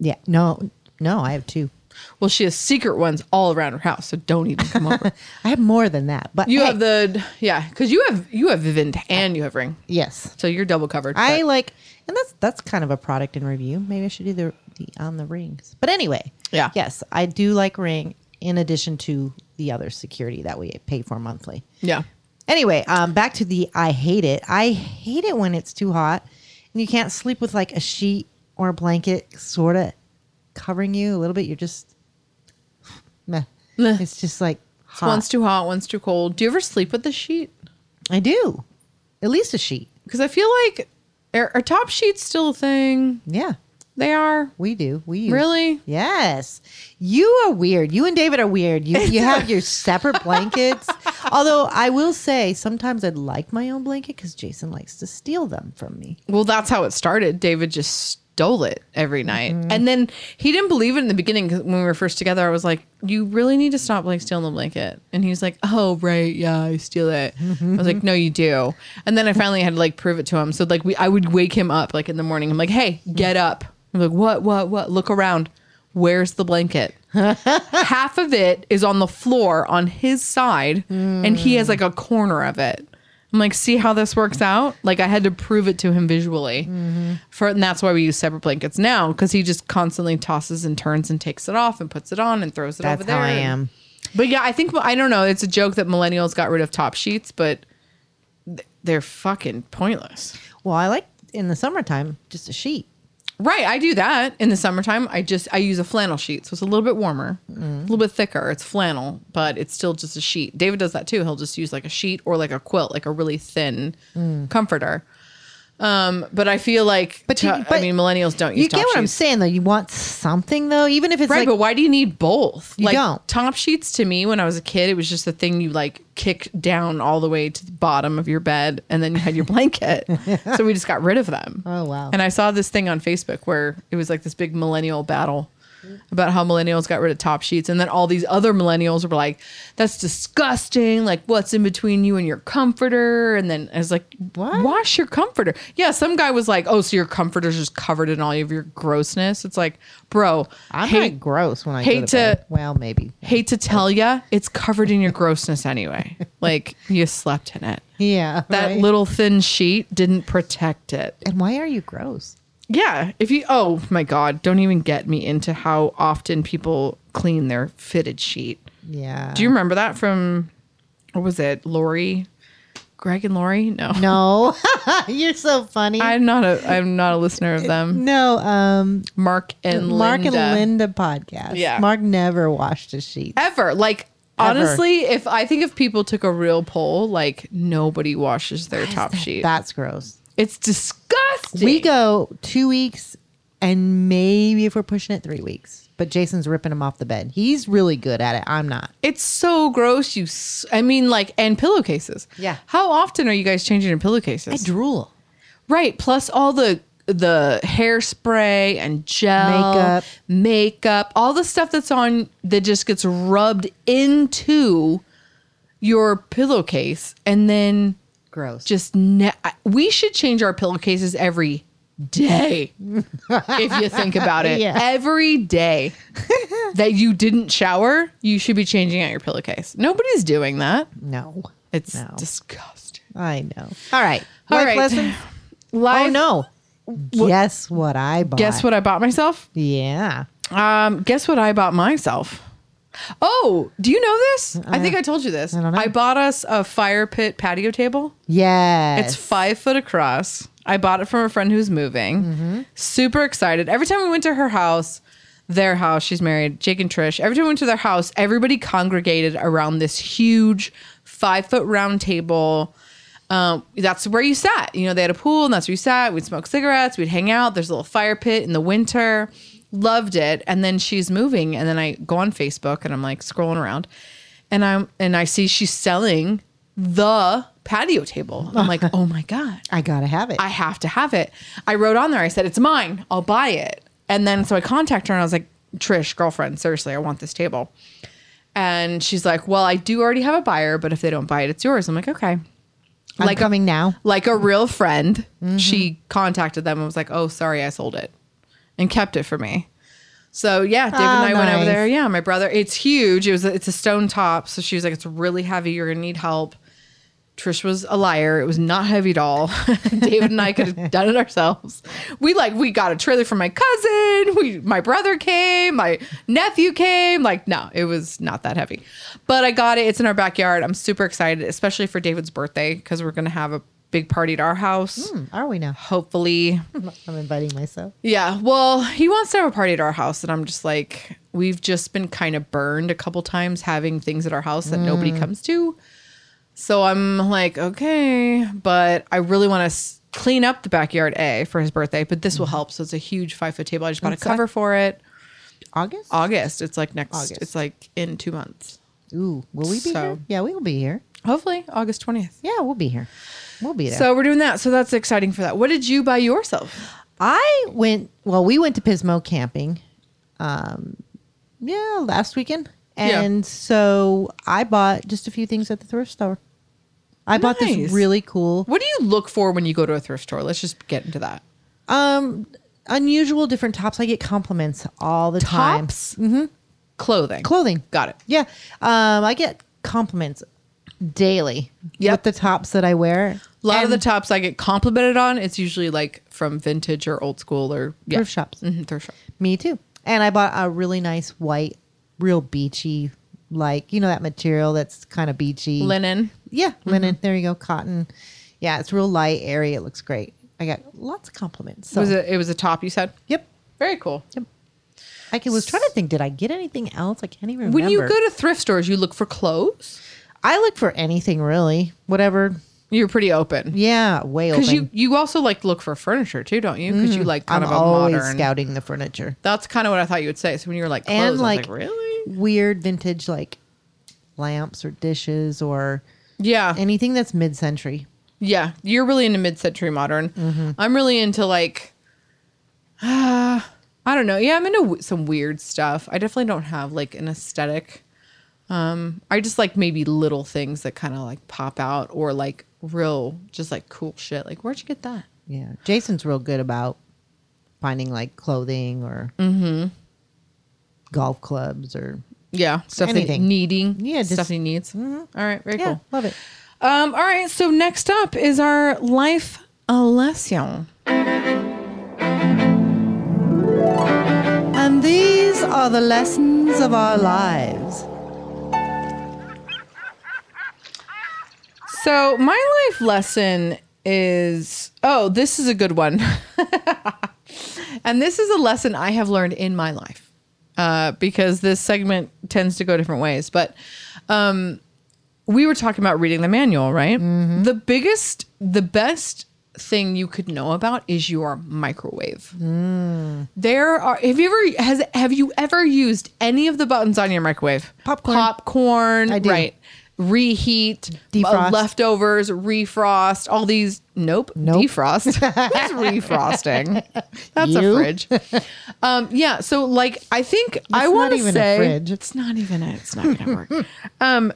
Speaker 2: Yeah, no, no, I have two.
Speaker 3: Well, she has secret ones all around her house, so don't even come over.
Speaker 2: I have more than that, but
Speaker 3: You
Speaker 2: hey,
Speaker 3: have the yeah, because you have you have Vivint and you have ring.
Speaker 2: yes.
Speaker 3: So you're double covered.
Speaker 2: I
Speaker 3: but-
Speaker 2: like, and that's that's kind of a product in review. Maybe I should do the, the on the rings. But anyway,
Speaker 3: Yeah.
Speaker 2: yes, I do like Ring in addition to the other security that we pay for monthly.
Speaker 3: Yeah.
Speaker 2: Anyway, um, back to the I hate it. I hate it when it's too hot and you can't sleep with like a sheet or a blanket sort of covering you a little bit. You're just meh.
Speaker 3: Meh.
Speaker 2: It's just like hot.
Speaker 3: One's too hot, one's too cold. Do you ever sleep with the sheet?
Speaker 2: I do. At least a sheet.
Speaker 3: because I feel like are, are top sheets still a thing?
Speaker 2: Yeah,
Speaker 3: They are.
Speaker 2: we do. We use.
Speaker 3: Really?
Speaker 2: Yes. You are weird. You and David are weird. You you have your separate blankets. Although I will say sometimes I'd like my own blanket because Jason likes to steal them from me.
Speaker 3: Well, that's how it started. David just stole it every night, and then he didn't believe it in the beginning 'cause when we were first together. I was like, "You really need to stop like stealing the blanket," and he was like, "Oh right, yeah, I steal it." I was like, "No, you do." And then I finally had to like prove it to him. So like we, I would wake him up like in the morning. I'm like, "Hey, get up!" I'm like, "What? What? What? Look around." Where's the blanket? Half of it is on the floor on his side, and he has like a corner of it. I'm like, see how this works out? Like, I had to prove it to him visually. For and that's why we use separate blankets now because he just constantly tosses and turns and takes it off and puts it on and throws it
Speaker 2: That's
Speaker 3: over there.
Speaker 2: how I am.
Speaker 3: But yeah, I think I don't know. It's a joke that millennials got rid of top sheets, but th- they're fucking pointless.
Speaker 2: Well, I like in the summertime just a sheet.
Speaker 3: Right, I do that in the summertime. I just I use a flannel sheet, so it's a little bit warmer, a little bit thicker. It's flannel, but it's still just a sheet. David does that too. He'll just use like a sheet or like a quilt, like a really thin comforter. Um, but I feel like
Speaker 2: But, you,
Speaker 3: to-
Speaker 2: but
Speaker 3: I mean, millennials don't use.
Speaker 2: You get
Speaker 3: top
Speaker 2: what I'm
Speaker 3: sheets.
Speaker 2: saying though. You want something though, even if it's
Speaker 3: Right,
Speaker 2: like
Speaker 3: but why do you need both?
Speaker 2: You
Speaker 3: like
Speaker 2: don't.
Speaker 3: top sheets to me when I was a kid, it was just a thing you like kicked down all the way to the bottom of your bed and then you had your blanket. so we just got rid of them.
Speaker 2: Oh, wow.
Speaker 3: And I saw this thing on Facebook where it was like this big millennial battle about how millennials got rid of top sheets and then all these other millennials were like that's disgusting like what's in between you and your comforter and then I was like
Speaker 2: What?
Speaker 3: wash your comforter yeah some guy was like oh so your comforter's just covered in all of your grossness it's like bro
Speaker 2: I'm
Speaker 3: hate
Speaker 2: not gross when I
Speaker 3: hate
Speaker 2: go to, bed.
Speaker 3: to-
Speaker 2: Well, maybe.
Speaker 3: hate to tell ya, it's covered in your grossness anyway. Like you slept in it.
Speaker 2: Yeah.
Speaker 3: That
Speaker 2: right?
Speaker 3: little thin sheet didn't protect it.
Speaker 2: And why are you gross?
Speaker 3: Yeah. If you, oh my God, don't even get me into how often people clean their fitted sheet.
Speaker 2: Yeah.
Speaker 3: Do you remember that from, what was it, Lori? Greg and Lori? No.
Speaker 2: No. You're so funny.
Speaker 3: I'm not a I'm not a listener of them.
Speaker 2: no, um
Speaker 3: Mark and
Speaker 2: Mark
Speaker 3: Linda.
Speaker 2: and Linda podcast.
Speaker 3: Yeah.
Speaker 2: Mark never washed a sheet.
Speaker 3: ever. Like
Speaker 2: Ever.
Speaker 3: honestly, if I think if people took a real poll, like nobody washes their top sheet.
Speaker 2: That's gross.
Speaker 3: It's disgusting.
Speaker 2: We go two weeks and maybe if we're pushing it, three weeks. But Jason's ripping him off the bed. He's really good at it. I'm not.
Speaker 3: It's so gross. You, s- I mean, like, and pillowcases.
Speaker 2: Yeah.
Speaker 3: How often are you guys changing your pillowcases?
Speaker 2: I drool.
Speaker 3: right. Plus all the the hairspray and gel,
Speaker 2: Makeup.
Speaker 3: makeup, all the stuff that's on that just gets rubbed into your pillowcase, and then
Speaker 2: Gross.
Speaker 3: just ne- I- we should change our pillowcases every day if you think about it
Speaker 2: Yeah.
Speaker 3: every day that you didn't shower you should be changing out your pillowcase nobody's doing that
Speaker 2: no.
Speaker 3: it's
Speaker 2: No.
Speaker 3: disgusting
Speaker 2: I know. All right.
Speaker 3: All
Speaker 2: Life
Speaker 3: right.
Speaker 2: lessons?
Speaker 3: Life,
Speaker 2: Oh no. guess what I bought?
Speaker 3: guess what i bought myself
Speaker 2: Yeah.
Speaker 3: um guess what i bought myself Oh, do you know this? I think I told you this.
Speaker 2: I don't know.
Speaker 3: bought us a fire pit patio table.
Speaker 2: Yes.
Speaker 3: It's five foot across. I bought it from a friend who's moving.
Speaker 2: Mm-hmm.
Speaker 3: Super excited. Every time we went to her house, their house, she's married, Jake and Trish. Every time we went to their house, everybody congregated around this huge five foot round table. Um, that's where you sat. You know, they had a pool and that's where you sat. We'd smoke cigarettes, we'd hang out. There's a little fire pit in the winter. Loved it. And then she's moving. And then I go on Facebook and I'm like scrolling around and I'm and I see she's selling the patio table. I'm like, oh my god,
Speaker 2: I gotta have it.
Speaker 3: I have to have it. I wrote on there. I said it's mine. I'll buy it. And then so I contact her and I was like, Trish, girlfriend, seriously, I want this table. And she's like, well, I do already have a buyer, but if they don't buy it, it's yours. I'm like, okay.
Speaker 2: I'm coming now.
Speaker 3: Like a real friend, she contacted them and was like, oh, sorry, I sold it and kept it for me. So yeah, Dave and
Speaker 2: Oh,
Speaker 3: I went over
Speaker 2: nice.
Speaker 3: there. Yeah, my brother. It's huge. It was a, it's a stone top. So she was like, it's really heavy. You're gonna need help. Trish was a liar. It was not heavy at all. David and I could have done it ourselves. We like we got a trailer from my cousin. We my brother came, my nephew came. Like no, it was not that heavy. But I got it. It's in our backyard. I'm super excited, especially for David's birthday because we're gonna have a big party at our house.
Speaker 2: Are we now?
Speaker 3: Hopefully,
Speaker 2: I'm inviting myself.
Speaker 3: yeah. Well, he wants to have a party at our house, and I'm just like, we've just been kind of burned a couple times having things at our house that nobody comes to. So I'm like, okay, but I really want to s- clean up the backyard A for his birthday, but this will help. So it's a huge five foot table. I just bought a
Speaker 2: Okay.
Speaker 3: cover for it.
Speaker 2: August?
Speaker 3: August. It's like next.
Speaker 2: August.
Speaker 3: It's like in two months.
Speaker 2: Ooh, will we be
Speaker 3: So-
Speaker 2: here? Yeah, we will be here.
Speaker 3: Hopefully, August twentieth.
Speaker 2: Yeah, we'll be here. We'll be there.
Speaker 3: So we're doing that. So that's exciting for that. What did you buy yourself?
Speaker 2: I went. Well, we went to Pismo camping. Um, yeah, last weekend,
Speaker 3: Yeah.
Speaker 2: and so I bought just a few things at the thrift store. I bought
Speaker 3: Nice.
Speaker 2: this really cool,
Speaker 3: What do you look for when you go to a thrift store? Let's just get into that.
Speaker 2: um, unusual different tops. I get compliments all the time. Mm-hmm.
Speaker 3: Tops, clothing,
Speaker 2: Clothing.
Speaker 3: Got it.
Speaker 2: Yeah, um, I get compliments daily
Speaker 3: Yep.
Speaker 2: with the tops that I wear.
Speaker 3: A lot of the
Speaker 2: And
Speaker 3: tops I get complimented on, it's usually like from vintage or old school or yeah.
Speaker 2: Thrift shops.
Speaker 3: Mhm, thrift shop.
Speaker 2: Me too. And I bought a really nice white, real beachy, like you know that material that's kind of beachy
Speaker 3: Linen. Mm-hmm.
Speaker 2: Yeah, linen. There you go, cotton. Yeah, it's real light, airy. It looks great. I got lots of compliments. So,
Speaker 3: was it? It was a top you said.
Speaker 2: Yep.
Speaker 3: Very cool.
Speaker 2: I can- was trying to think. Did I get anything else? I can't even remember.
Speaker 3: When you go to thrift stores, you look for clothes.
Speaker 2: I look for anything really, whatever.
Speaker 3: You're pretty open
Speaker 2: Yeah, way open. Mm.
Speaker 3: because you you also like look for furniture too, don't you? Because you like kind
Speaker 2: I'm
Speaker 3: of a
Speaker 2: always
Speaker 3: modern.
Speaker 2: scouting the furniture
Speaker 3: That's kind of what I thought you would say. So when you were like clothes,
Speaker 2: and
Speaker 3: I
Speaker 2: like,
Speaker 3: was like really?
Speaker 2: weird vintage like lamps or dishes or
Speaker 3: Yeah,
Speaker 2: anything that's mid-century.
Speaker 3: Yeah, you're really into mid-century modern.
Speaker 2: Mm-hmm.
Speaker 3: I'm really into like, uh, I don't know. Yeah, I'm into w- some weird stuff. I definitely don't have like an aesthetic. Um, I just like maybe little things that kind of like pop out or like real, just like cool shit. Like, where'd you get that?
Speaker 2: Yeah, Jason's real good about finding like clothing or
Speaker 3: Mm-hmm.
Speaker 2: golf clubs or
Speaker 3: Yeah, stuff
Speaker 2: Anything.
Speaker 3: that needing.
Speaker 2: Yeah, just- Mm-hmm.
Speaker 3: stuff he needs. All right, very
Speaker 2: yeah,
Speaker 3: cool.
Speaker 2: love it.
Speaker 3: Um, all right, so next up is our life lesson.
Speaker 2: And these are the lessons of our lives.
Speaker 3: So my life lesson is oh, this is a good one. and this is a lesson I have learned in my life. Uh, because this segment tends to go different ways. But um we were talking about reading the manual, right?
Speaker 2: Mm-hmm.
Speaker 3: The biggest, the best thing you could know about is your microwave.
Speaker 2: Mm.
Speaker 3: There are have you ever has have you ever used any of the buttons on your microwave?
Speaker 2: Popcorn.
Speaker 3: Popcorn.
Speaker 2: I do.
Speaker 3: Right. Reheat,
Speaker 2: Defrost.
Speaker 3: leftovers, refrost, all these. Nope,
Speaker 2: Nope.
Speaker 3: defrost. That's refrosting. That's
Speaker 2: You?
Speaker 3: a fridge. Um, yeah. So like, I think I
Speaker 2: not
Speaker 3: want to
Speaker 2: even a
Speaker 3: say
Speaker 2: fridge.
Speaker 3: it's not even a, it's not gonna work. um,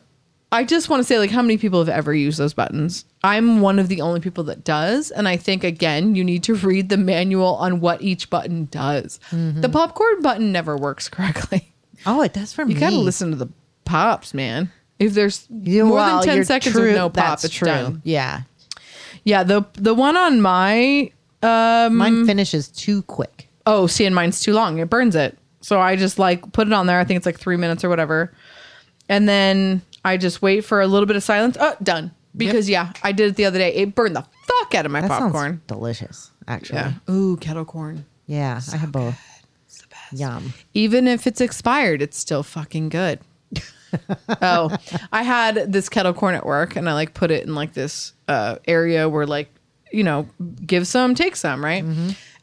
Speaker 3: I just want to say like, how many people have ever used those buttons? I'm one of the only people that does, and I think again, you need to read the manual on what each button does.
Speaker 2: Mm-hmm.
Speaker 3: The popcorn button never works correctly.
Speaker 2: Oh, it does for me.
Speaker 3: You gotta listen to the pops, man. If there's
Speaker 2: You-
Speaker 3: more
Speaker 2: well,
Speaker 3: than ten
Speaker 2: you're
Speaker 3: seconds
Speaker 2: true-
Speaker 3: with no pop,
Speaker 2: that's
Speaker 3: it's done.
Speaker 2: Yeah,
Speaker 3: Yeah, the the one on my um Mm-hmm.
Speaker 2: mine finishes too quick.
Speaker 3: oh, see, and mine's too long. It burns it. So I just like put it on there. I think it's like three minutes or whatever. And then I just wait for a little bit of silence. Oh, done. Because yeah, I did it the other day. It burned the fuck out of my
Speaker 2: That
Speaker 3: popcorn.
Speaker 2: sounds delicious, actually.
Speaker 3: Yeah.
Speaker 2: Yeah,
Speaker 3: Ooh, kettle corn.
Speaker 2: I have both. Yum.
Speaker 3: Even if it's expired, it's still fucking good. oh, I had this kettle corn at work and I like put it in like this uh, area where like, you know, give some, take some, right?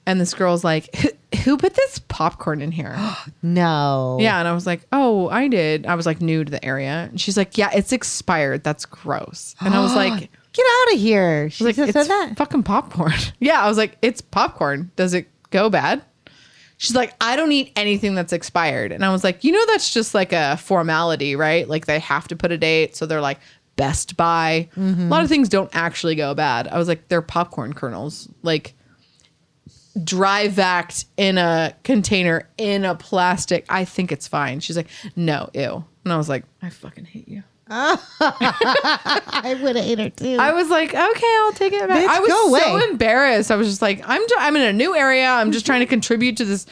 Speaker 3: And this girl's like, "Who- who put this popcorn in here?
Speaker 2: No.
Speaker 3: yeah. And I was like, oh, I did. I was like new to the area. And she's like, yeah, it's expired. That's gross. And I was like,
Speaker 2: Get out of here. She
Speaker 3: like
Speaker 2: just
Speaker 3: it's
Speaker 2: said that.
Speaker 3: fucking popcorn. Yeah, I was like, it's popcorn. Does it go bad? She's like, I don't eat anything that's expired. And I was like, you know, that's just like a formality, right? Like they have to put a date, so they're like Best Buy. A lot of things don't actually go bad. I was like, they're popcorn kernels, like dry vacked in a container in a plastic. I think it's fine. She's like, no, ew. And I was like, I fucking hate you.
Speaker 2: I would have ate her too.
Speaker 3: I was like, okay, I'll take it back.
Speaker 2: Bitch,
Speaker 3: I was
Speaker 2: go
Speaker 3: so
Speaker 2: away.
Speaker 3: embarrassed. I was just like, I'm ju- I'm in a new area. I'm just trying to contribute to this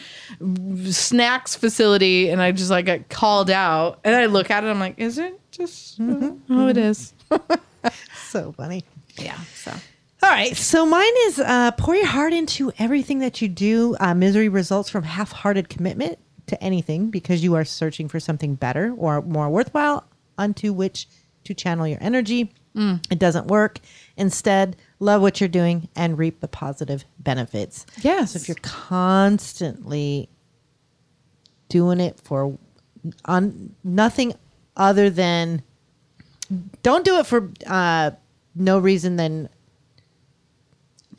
Speaker 3: snacks facility, and I just like got called out. And I look at it, I'm like, is it just?
Speaker 2: Mm-hmm.
Speaker 3: Oh, it is.
Speaker 2: so funny.
Speaker 3: Yeah. So
Speaker 2: All right. So mine is uh, pour your heart into everything that you do. Uh, misery results from half hearted commitment to anything because you are searching for something better or more worthwhile unto which to channel your energy. It doesn't work. Instead, love what you're doing and reap the positive benefits.
Speaker 3: Yes.
Speaker 2: So if you're constantly doing it for on nothing other than don't do it for uh, no reason than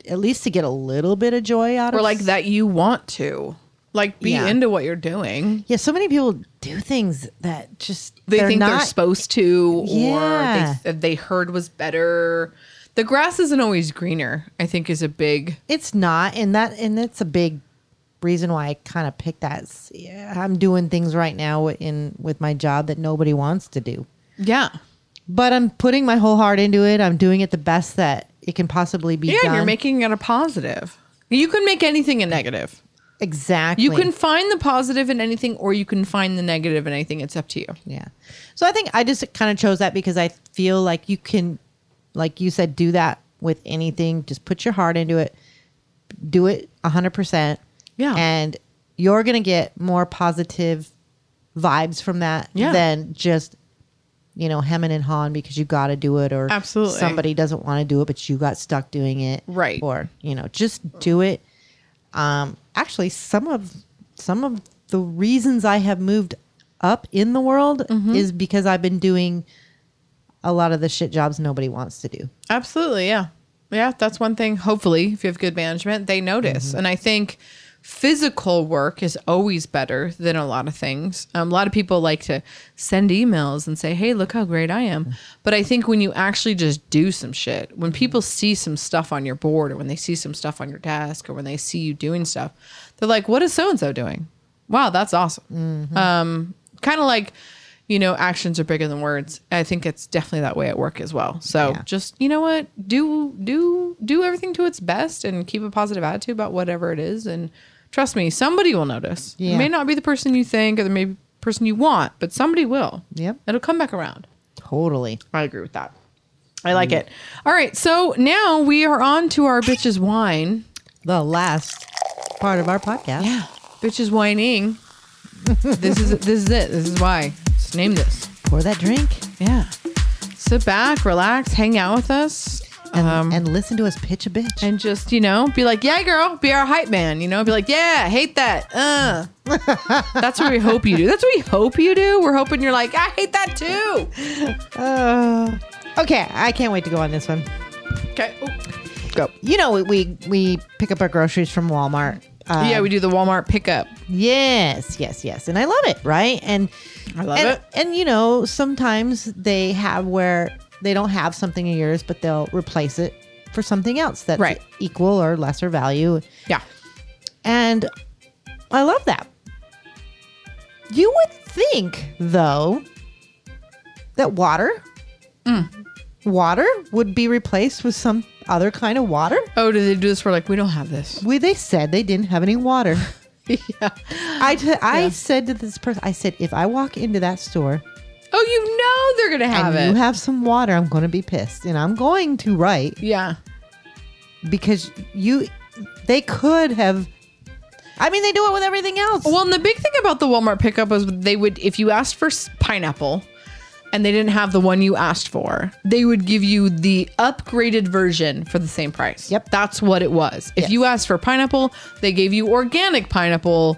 Speaker 2: at least to get a little bit of joy out
Speaker 3: or
Speaker 2: of
Speaker 3: like
Speaker 2: s-
Speaker 3: that, you want to like be
Speaker 2: Yeah.
Speaker 3: into what you're doing.
Speaker 2: Yeah, so many people do things that just
Speaker 3: They
Speaker 2: they're
Speaker 3: think
Speaker 2: not,
Speaker 3: they're supposed to,
Speaker 2: Yeah.
Speaker 3: or they, they heard was better. The grass isn't always greener. I think is a big
Speaker 2: It's not, and that and that's a big reason why I kind of picked that. s- Yeah, I'm doing things right now in with my job that nobody wants to do.
Speaker 3: yeah.
Speaker 2: but I'm putting my whole heart into it. I'm doing it the best that it can possibly be
Speaker 3: Yeah,
Speaker 2: done.
Speaker 3: and you're making it a positive. You can make anything a negative.
Speaker 2: exactly.
Speaker 3: You can find the positive in anything, or you can find the negative in anything. It's up to you.
Speaker 2: yeah. So I think I just kind of chose that because I feel like you can, like you said, do that with anything. Just put your heart into it. Do it hundred percent.
Speaker 3: Yeah.
Speaker 2: and you're gonna get more positive vibes from that
Speaker 3: Yeah.
Speaker 2: than just you know hemming and hawing because you got to do it or
Speaker 3: Absolutely.
Speaker 2: somebody doesn't want to do it but you got stuck doing it
Speaker 3: Right.
Speaker 2: or you know just do it um actually some of some of the reasons i have moved up in the world is because i've been doing a lot of the shit jobs nobody wants to do
Speaker 3: Absolutely. Yeah. Yeah. That's one thing. Hopefully, if you have good management, they notice. And I think physical work is always better than a lot of things. Um, a lot of people like to send emails and say, hey, look how great I am. But I think when you actually just do some shit, when people see some stuff on your board or when they see some stuff on your desk or when they see you doing stuff, they're like, what is so and so doing? Wow, that's awesome.
Speaker 2: Mm-hmm.
Speaker 3: Um, kind of like, you know, actions are bigger than words. I think it's definitely that way at work as well. So
Speaker 2: Yeah.
Speaker 3: just you know what, do do do everything to its best and keep a positive attitude about whatever it is. And trust me, somebody will notice.
Speaker 2: Yeah.
Speaker 3: It may not be the person you think or the maybe person you want, but somebody will.
Speaker 2: Yep.
Speaker 3: it'll come back around.
Speaker 2: totally
Speaker 3: I agree with that. I like it. All right, so now we are on to our bitches wine.
Speaker 2: the last part of our podcast
Speaker 3: Yeah, bitches whining. this is this is it. This is why. Just name this.
Speaker 2: pour that drink
Speaker 3: Yeah. Sit back, relax, hang out with us,
Speaker 2: and,
Speaker 3: um, and,
Speaker 2: and listen to us pitch a bitch
Speaker 3: just, you know, be like, yeah, girl, be our hype man. You know, be like, yeah, hate that. Uh. That's what we hope you do. That's what we hope you do. We're hoping you're like, I hate that too.
Speaker 2: Uh, okay, I can't wait to go on this one.
Speaker 3: Okay. Oh.
Speaker 2: Go. You know, we we, we pick up our groceries from Walmart. Uh,
Speaker 3: yeah, we do the Walmart pickup.
Speaker 2: Yes, yes, yes, and I love it. Right, and
Speaker 3: I love
Speaker 2: and,
Speaker 3: it.
Speaker 2: And you know, sometimes they have where they don't have something of yours, but they'll replace it for something else that's
Speaker 3: Right.
Speaker 2: equal or lesser value.
Speaker 3: Yeah.
Speaker 2: And I love that. You would think, though, that water,
Speaker 3: Mm.
Speaker 2: water would be replaced with some other kind of water.
Speaker 3: Oh, do they do this? We're like, we don't have this.
Speaker 2: We they said they didn't have any water. I, t- I said to this person, I said, if I walk into that store
Speaker 3: Oh, you know they're gonna have
Speaker 2: and you
Speaker 3: it.
Speaker 2: have some water, I'm going to be pissed. And I'm going to write
Speaker 3: yeah.
Speaker 2: because you, they could have. I mean, they do it with everything else.
Speaker 3: Well, and the big thing about the Walmart pickup was they would, if you asked for s- pineapple and they didn't have the one you asked for, they would give you the upgraded version for the same price.
Speaker 2: Yep.
Speaker 3: That's what it was. If you asked for pineapple, they gave you organic pineapple,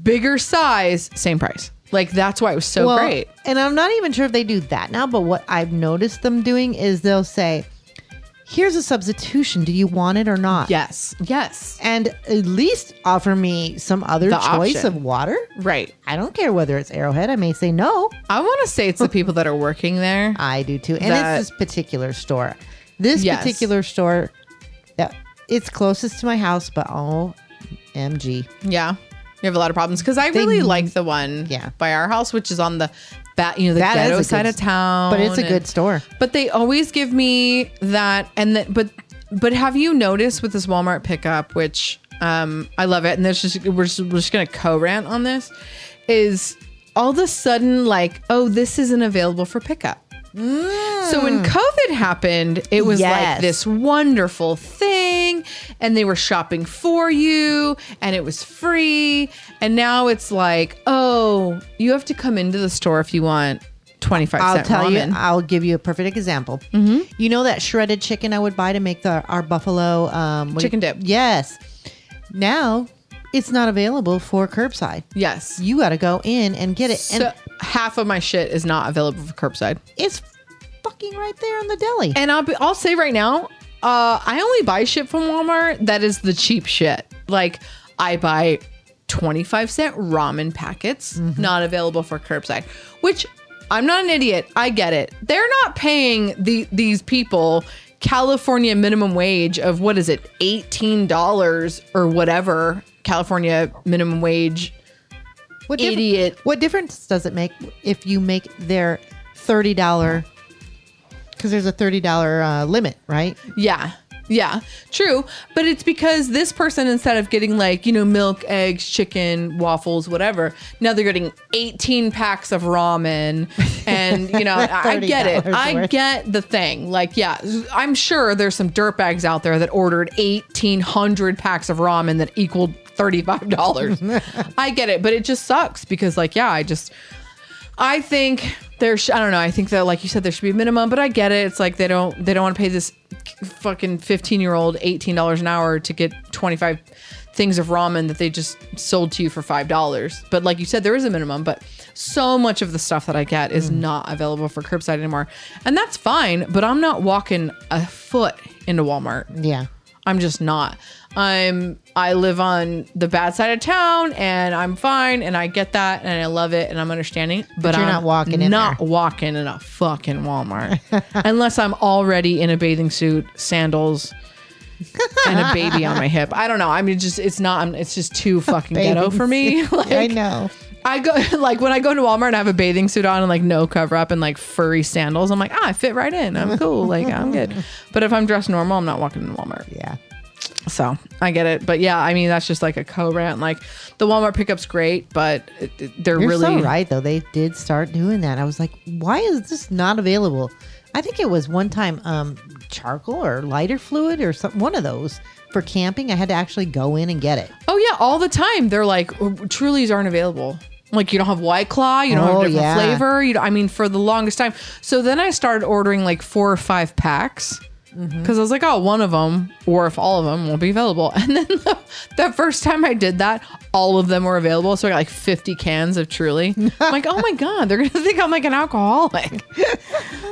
Speaker 3: bigger size, same price. Like that's why it was so
Speaker 2: Well,
Speaker 3: great.
Speaker 2: And I'm not even sure if they do that now, but what I've noticed them doing is they'll say, here's a substitution. Do you want it or not?
Speaker 3: Yes. Yes.
Speaker 2: And at least offer me some other
Speaker 3: The
Speaker 2: choice
Speaker 3: option.
Speaker 2: of water.
Speaker 3: Right.
Speaker 2: I don't care whether it's Arrowhead. I may say no.
Speaker 3: I want to say it's the people that are working there.
Speaker 2: I do too. And
Speaker 3: That-
Speaker 2: it's this particular store. This
Speaker 3: Yes.
Speaker 2: particular store, yeah, it's closest to my house, but oh, MG.
Speaker 3: Yeah. You have a lot of problems because I really like the one
Speaker 2: Yeah.
Speaker 3: by our house, which is on the bat, you know, the
Speaker 2: That is a
Speaker 3: ghetto
Speaker 2: good
Speaker 3: side of
Speaker 2: s-
Speaker 3: town.
Speaker 2: but it's a
Speaker 3: and-
Speaker 2: good store.
Speaker 3: But they always give me that, and that. But but have you noticed with this Walmart pickup, which um I love it, and there's just we're just, we're just gonna co rant on this, is all of a sudden like oh this isn't available for pickup. So when COVID happened, it was
Speaker 2: Mm. Yes.
Speaker 3: like this wonderful thing, and they were shopping for you, and it was free. And now it's like, oh, you have to come into the store if you want twenty five
Speaker 2: I'll
Speaker 3: cent
Speaker 2: tell
Speaker 3: ramen.
Speaker 2: you, I'll give you a perfect example.
Speaker 3: Mm-hmm.
Speaker 2: You know that shredded chicken I would buy to make the our buffalo um, what do you-
Speaker 3: Chicken dip.
Speaker 2: Yes. Now it's not available for curbside.
Speaker 3: yes,
Speaker 2: You got to go in and get it,
Speaker 3: so
Speaker 2: and
Speaker 3: half of my shit is not available for curbside.
Speaker 2: it's fucking right there in the deli.
Speaker 3: And I'll be, I'll say right now, uh, I only buy shit from Walmart that is the cheap shit. Like I buy 25 cent ramen packets, not available for curbside, which I'm not an idiot. I get it. They're not paying the these people California minimum wage of what is it, $18 or whatever California minimum wage.
Speaker 2: What diff-
Speaker 3: Idiot.
Speaker 2: What difference does it make if you make their thirty dollar? Because there's a thirty dollar uh, limit, right?
Speaker 3: Yeah. Yeah, true. But it's because this person, instead of getting like, you know, milk, eggs, chicken, waffles, whatever, now they're getting 18 packs of ramen. And, you know, I I get it.
Speaker 2: $30
Speaker 3: I
Speaker 2: worth.
Speaker 3: get the thing. Like, yeah, I'm sure there's some dirtbags out there that ordered 1,800 packs of ramen that equaled $35. I get it. But it just sucks because, like, yeah, I just, I think there. Sh- I don't know. I think that, like you said, there should be a minimum. But I get it. It's like they don't. They don't want to pay this fucking fifteen year old eighteen dollars an hour to get twenty five things of ramen that they just sold to you for five dollars. But like you said, there is a minimum. But so much of the stuff that I get is not available for curbside anymore, and that's fine. But I'm not walking a foot into Walmart.
Speaker 2: Yeah.
Speaker 3: I'm just not. I'm I live on the bad side of town and I'm fine and I get that and I love it and I'm understanding. But,
Speaker 2: you're
Speaker 3: I'm
Speaker 2: not walking in
Speaker 3: not
Speaker 2: there.
Speaker 3: walking in a fucking Walmart. Unless I'm already in a bathing suit, sandals, and a baby on my hip. I don't know. I mean just it's not I'm, it's just too fucking ghetto
Speaker 2: Bathing
Speaker 3: for me.
Speaker 2: suit.
Speaker 3: like
Speaker 2: I know.
Speaker 3: I go like when I go to Walmart and I have a bathing suit on and like no cover up and like furry sandals, I'm like, ah, I fit right in. I'm cool. Like I'm good. But if I'm dressed normal, I'm not walking in Walmart.
Speaker 2: Yeah.
Speaker 3: So I get it, but yeah, I mean that's just like a co rant. Like the Walmart pickup's great, but it- it- they're
Speaker 2: You're
Speaker 3: really
Speaker 2: so right, though. They did start doing that. I was like, why is this not available? I think it was one time um, charcoal or lighter fluid or some, one of those for camping. I had to actually go in and get it.
Speaker 3: Oh yeah, all the time they're like "Oh, Trulies aren't available. Like you don't have White Claw, you don't
Speaker 2: Oh,
Speaker 3: have different
Speaker 2: yeah.
Speaker 3: flavor. You don't, I mean, for the longest time. So then I started ordering like four or five packs because
Speaker 2: Mm-hmm.
Speaker 3: I was like, oh, one of them, or if all of them won't be available. And then the, the first time I did that, all of them were available. So I got like 50 cans of Truly. I'm like, oh my god, they're gonna think I'm like an alcoholic.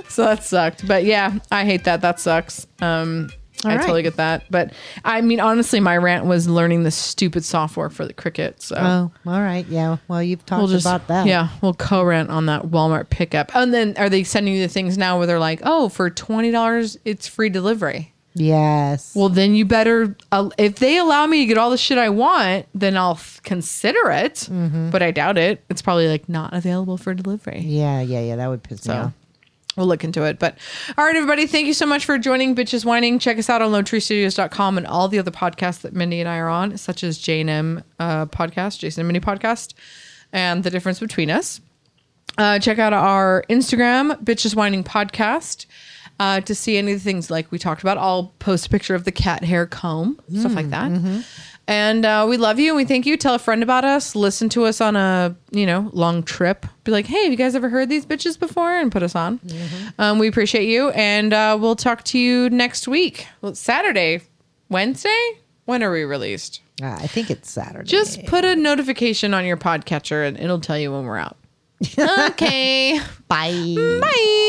Speaker 3: so that sucked. But yeah, I hate that. That sucks. Um, I
Speaker 2: right.
Speaker 3: totally get that. But I mean, honestly, my rant was learning the stupid software for the cricket. So
Speaker 2: Oh, all right. Yeah. Well, you've talked
Speaker 3: we'll just
Speaker 2: about that.
Speaker 3: yeah, we'll co-rant on that Walmart pickup. And then are they sending you the things now where they're like, oh, for twenty dollars, it's free delivery?
Speaker 2: Yes.
Speaker 3: Well, then you better. Uh, if they allow me to get all the shit I want, then I'll f- consider it.
Speaker 2: Mm-hmm.
Speaker 3: But I doubt it. It's probably like not available for delivery.
Speaker 2: yeah. Yeah. Yeah. That would piss me off.
Speaker 3: uh, We'll look into it. But all right, everybody, thank you so much for joining Bitches Whining. Check us out on LoneTreeStudios.com and all the other podcasts that Mindy and I are on, such as J&M uh, podcast, Jason and Mindy podcast, and the difference between us. Uh, check out our Instagram, Bitches Whining Podcast, uh, to see any of the things like we talked about. I'll post a picture of the cat hair comb, stuff like that. And uh, we love you and we thank you. Tell a friend about us. Listen to us on a you know long trip. Be like, hey, have you guys ever heard these bitches before? And put us on. Um, we appreciate you, and uh, we'll talk to you next week. Well, it's Saturday, Wednesday. When are we released?
Speaker 2: Uh, I think it's Saturday.
Speaker 3: Just put a notification on your podcatcher, and it'll tell you when we're out. okay.
Speaker 2: bye.
Speaker 3: Bye.